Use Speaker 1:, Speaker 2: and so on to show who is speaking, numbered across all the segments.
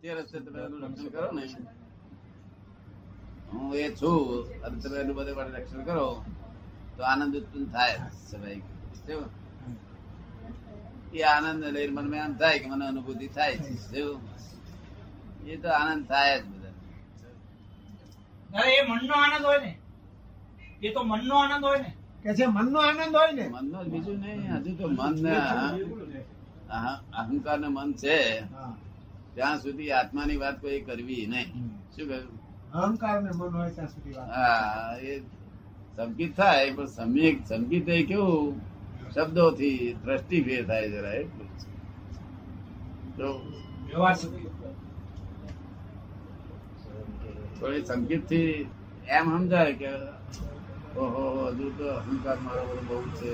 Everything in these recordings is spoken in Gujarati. Speaker 1: તે રસ્તે તમે એનું રક્ષણ કરો ને હું એ છું અને તમે એનું બધે માટે રક્ષણ કરો તો આનંદ ઉત્પન્ન થાય સ્વાભાવિક શું? એ આનંદ લઈને મને એમ થાય કે મને અનુભૂતિ થાય છે શું? એ તો આનંદ થાય જ બધા
Speaker 2: દાદા એ મનનો આનંદ હોય ને એ તો મનનો આનંદ હોય ને
Speaker 3: કે છે મનનો આનંદ હોય ને
Speaker 1: મનનો જ બીજું નહીં હજુ તો મન ને અહંકાર ને મન છે
Speaker 3: હા.
Speaker 1: ત્યાં સુધી આત્માની વાત કોઈ કરવી નહીં શું કહ્યું
Speaker 3: અહંકાર ને મન હોય ત્યાં સુધી વાત
Speaker 1: હા એ સંગીત થાય પણ સમ્યક સંગીત એ કેવું શબ્દોથી દ્રષ્ટિ ફેર થાય જરા એટલું જ. તો
Speaker 2: વ્યવહાર સુધી.
Speaker 1: થોડી સંગીતથી એમ સમજાય કે ઓહો હજુ તો અહંકાર મારો બધો બહુ છે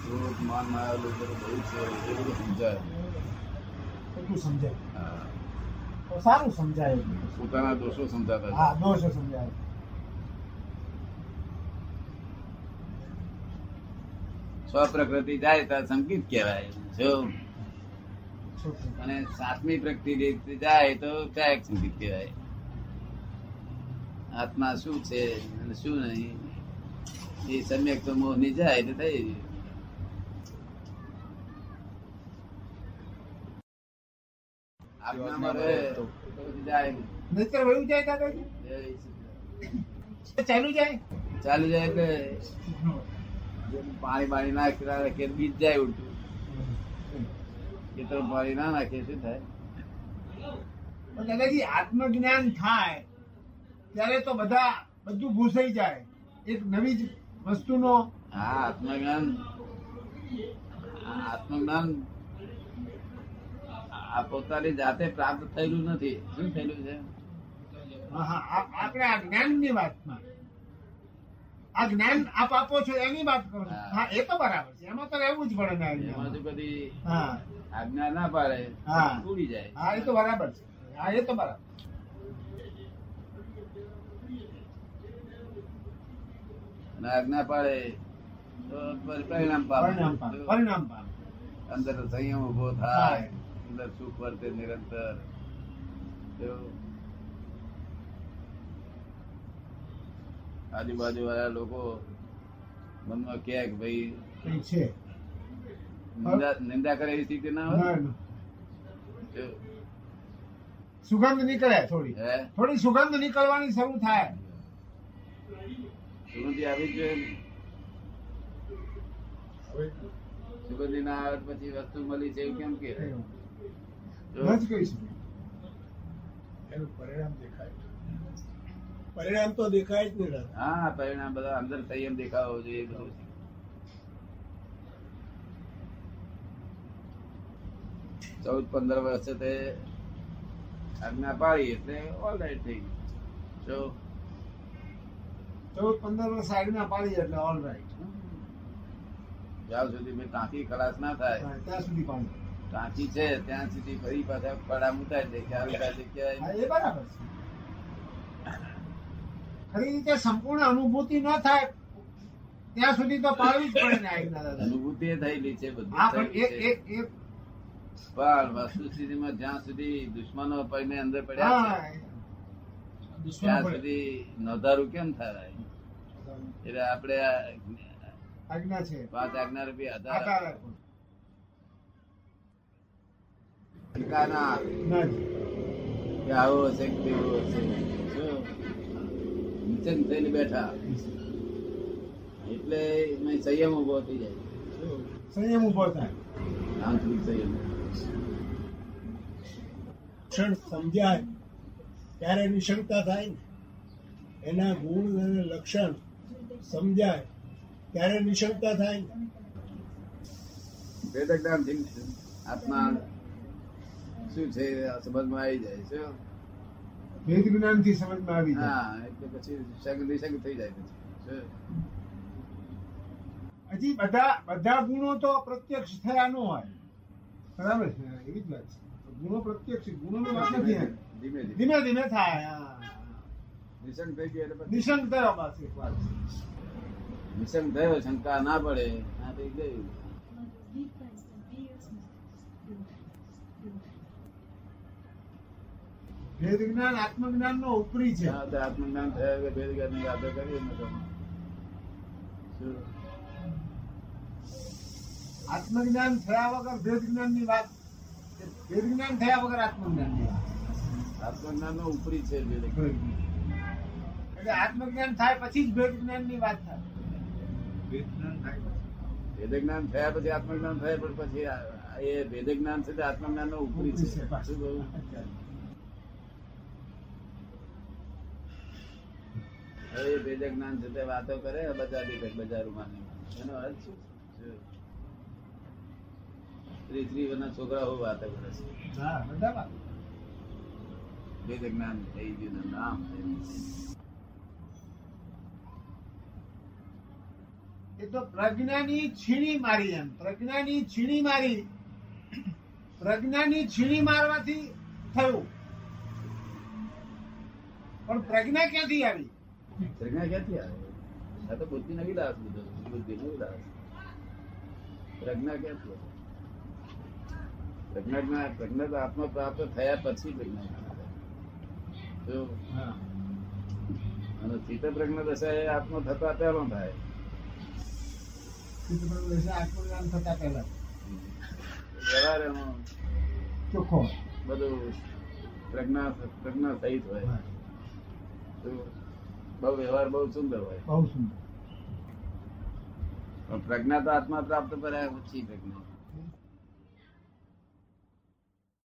Speaker 1: ક્રોધ માન મારા બધું બહુ છે એ બધું સમજાય
Speaker 3: એટલું સમજાય
Speaker 1: હા.
Speaker 3: તો સારું સમજાય એટલું.
Speaker 1: પોતાના દોષો સમજાતા
Speaker 3: હા
Speaker 1: જાય.
Speaker 3: દોષ સમજાય
Speaker 1: સ્વપ્રકૃતિ જાય ત્યાં સંગીત કહેવાય જો
Speaker 3: છોકરી.
Speaker 1: અને સાતમી પ્રકૃતિ રીતે જાય તો ક્યાંક સુધી કહેવાય આત્મા શું છે અને શું નહીં એ સમ્યક તો મોહ ની જાય એટલે થઈ ગયું આત્મામાં રહે તો પછી જાય નહીં.
Speaker 3: નહીંતર વયું જાય દાદાજી
Speaker 1: જય શ્રી
Speaker 3: ચાલ્યું જાય
Speaker 1: કૃષ્ણ. ચાલુ જાય એટલે જેમ પાણી બાણી નાખી રાખે બીજ જાય ઉલટું ખેતર પાણી ના નાખે શું થાય
Speaker 3: તો દાદાજી આત્મજ્ઞાન થાય ત્યારે તો બધા બધું ભૂસાઈ જાય એક નવી જ વસ્તુનો
Speaker 1: હા આત્મજ્ઞાન આ આત્મજ્ઞાન આ પોતાની જાતે પ્રાપ્ત થયેલું નથી શું થયેલું છે
Speaker 3: હા, હા, આ- આપણે આ જ્ઞાનની વાતમાં આ જ્ઞાન આપ આપો છો એની વાત કરું છું.
Speaker 1: હા.
Speaker 3: હા એ તો બરાબર છે એમાં તો રહેવું જ પડે ને આ
Speaker 1: એમાં જો
Speaker 3: જ્ઞાનમાં.
Speaker 1: બધી
Speaker 3: હા
Speaker 1: આજ્ઞા ના પાડે
Speaker 3: હા.
Speaker 1: તૂટી
Speaker 3: હા એ તો
Speaker 1: જાય
Speaker 3: બરાબર છે હા એ તો બરાબર
Speaker 1: અને આજ્ઞા પાડે તો પર- પરિણામ
Speaker 3: પરિણામ પામે
Speaker 1: પામે
Speaker 3: પરિણામ પામે
Speaker 1: અંદર સંયમ ઉભો
Speaker 3: થાય.
Speaker 1: થાય અંદર સુખ વર્તે નિરંતર એવું. આજુબાજુ વાળા લોકો મનમાં કહે કે ભાઈ
Speaker 3: કંઈ છે
Speaker 1: નિંદા નિંદા કરે એવી સ્થિતિ ના
Speaker 3: ના,
Speaker 1: હોય
Speaker 3: ના.
Speaker 1: જો,
Speaker 3: સુગંધ નીકળે થોડી
Speaker 1: હે
Speaker 3: થોડી સુગંધ નીકળવાની શરૂ થાય
Speaker 1: સુગંધી આવી જ જોઈએ ને. સુગંધી ના આવે પછી વસ્તુ મળી છે એવું કેમ કે
Speaker 3: એવું. ન જ કહી શકું.
Speaker 4: એનું પરિણામ દેખાય પરિણામ તો દેખાય જ નહીં દાદા.
Speaker 1: હા પરિણામ બધા અંદર સંયમ દેખાવો જોઈએ એ બધું ચૌદ પંદર વર્ષે તે આજ્ઞા પાડી એટલે ઓલરાઈટ થઈ ગયું જો
Speaker 3: ચૌદ પંદર વર્ષ સાઈડમાં પાડી એટલે all right.
Speaker 1: જ્યાં સુધી મેં ટાંકી ખલાસ ના થાય
Speaker 3: હા, ત્યાં સુધી પાડી
Speaker 1: ટાંકી છે ત્યાં સુધી ફરી પાછા પડા મુકાય દે કે આવી પાસે
Speaker 3: હા,
Speaker 1: કહેવાય
Speaker 3: એ બરાબર છે ખરી રીતે સંપૂર્ણ અનુભૂતિ ન થાય ત્યાં સુધી તો પાડવી જ પડે ને આજ્ઞા દાદા
Speaker 1: અનુભૂતિ એ થયેલી છે બધું
Speaker 3: હા પણ
Speaker 1: થયેલું
Speaker 3: એક
Speaker 1: છે.
Speaker 3: એક એક
Speaker 1: પણ વસ્તુસ્થિતિમાં જ્યાં સુધી દુશ્મનો પડીને અંદર પડ્યા
Speaker 3: હા,
Speaker 1: છે ત્યાં સુધી નોંધારું કેમ થાય એટલે આપણે આ
Speaker 3: આજ્ઞા છે
Speaker 1: પાંચ આજ્ઞા રૂપિયા
Speaker 3: આકાર
Speaker 1: આધાર
Speaker 3: રાખો.
Speaker 1: ટીકાના
Speaker 3: ના જ.
Speaker 1: કે આવો હશે કે તેવો હશે જો નીચે થઈને બેઠા એટલે એમાં સંયમ ઉભો થઈ જાય
Speaker 3: સંયમ ઉભો થાય
Speaker 1: આંતરિક સંયમ
Speaker 4: ક્ષણ સમજાય ત્યારે નિશંકતા થાય ને એના ગુણ અને લક્ષણ સમજાય ત્યારે નિશંકતા થાય ને
Speaker 1: વેદક જ્ઞાન થી આત્મા શું છે આ સમજમાં આવી જાય શું
Speaker 3: વેદ જ્ઞાન થી સમજમાં આવી જાય
Speaker 1: હા એટલે પછી સગ નિસંગ થઈ જાય પછી શું?
Speaker 3: હજી બધા બધા ગુણો તો પ્રત્યક્ષ થયા ન હોય બરાબર છે હા, એવી જ વાત છે ગુણો પ્રત્યક્ષ ગુણોની વાત નથી
Speaker 1: ધીમે
Speaker 3: આવી.
Speaker 1: ધીમે
Speaker 3: ધીમે ધીમે થાય હા.
Speaker 1: નિસંગ થઈ ગયો એટલે પછી
Speaker 3: નિશંક થયો બસ એક વાત છે.
Speaker 1: નિસંગ થયો શંકા ના પડે ના થઈ ગયું
Speaker 3: ભેદ જ્ઞાન આત્મજ્ઞાન નો ઉપરી છે
Speaker 1: ત્યાં તો આત્મજ્ઞાન થયા વગર ભેદ જ્ઞાનની વાતો કરીએ ને તો શું?
Speaker 3: આત્મજ્ઞાન થયા વગર ભેદ જ્ઞાન ની વાત ભેદ જ્ઞાન થયા વગર આત્મજ્ઞાન ની વાત
Speaker 1: આત્મજ્ઞાનનો ઉપરી છે ભેદ જ્ઞાન.
Speaker 3: એટલે આત્મજ્ઞાન થાય પછી જ ભેદ જ્ઞાન ની વાત થાય
Speaker 1: ભેદ જ્ઞાન થયા પછી આત્મજ્ઞાન થાય પણ પછી આ- આ એ ભેદ જ્ઞાન છે તે આત્મજ્ઞાન નો ઉપરી છે શું કહું? હવે એ ભેદ જ્ઞાન છે તે વાતો કરે બધા બી બજારમાં ને. એનો અર્થ શું છે? શું? ત્રીસ ત્રીસ વર્ષના છોકરા હોય વાતો કરે છે
Speaker 3: હા બધા વાત
Speaker 1: વેદ જ્ઞાન થઈ ગયું ને નામ થયું.
Speaker 3: એ તો પ્રજ્ઞાની છીણી મારી એમ પ્રજ્ઞાની છીણી મારી પ્રજ્ઞાની છીણી મારવાથી થયું પણ પ્રજ્ઞા ક્યાંથી આવી
Speaker 1: પ્રજ્ઞા ક્યાંથી આવે આ તો બુદ્ધિ નવી લાવે છે બધું. બુદ્ધિ નવી લાવે છે. પ્રજ્ઞા ક્યાંથી આવે? પ્રજ્ઞા જ્ઞાન- પ્રજ્ઞા તો આત્મા પ્રાપ્ત થયા પછી પ્રજ્ઞા જ્ઞાન આવે. જો અને ચિત્ત પ્રજ્ઞા દશા એ આત્મા થતા પહેલો થાય
Speaker 3: ચિત્તપ્રજ્ઞ દશા આત્મજ્ઞાન થતા પહેલા
Speaker 1: વ્યવહાર એનો
Speaker 3: ચોખ્ખો
Speaker 1: બધું પ્રજ્ઞા પ્રજ્ઞા સહિત હોય તો બહુ વ્યવહાર બહુ સુંદર હોય
Speaker 3: બહુ સુંદર
Speaker 1: પણ પ્રજ્ઞા તો આત્મા પ્રાપ્ત પર ઓછી પ્રજ્ઞા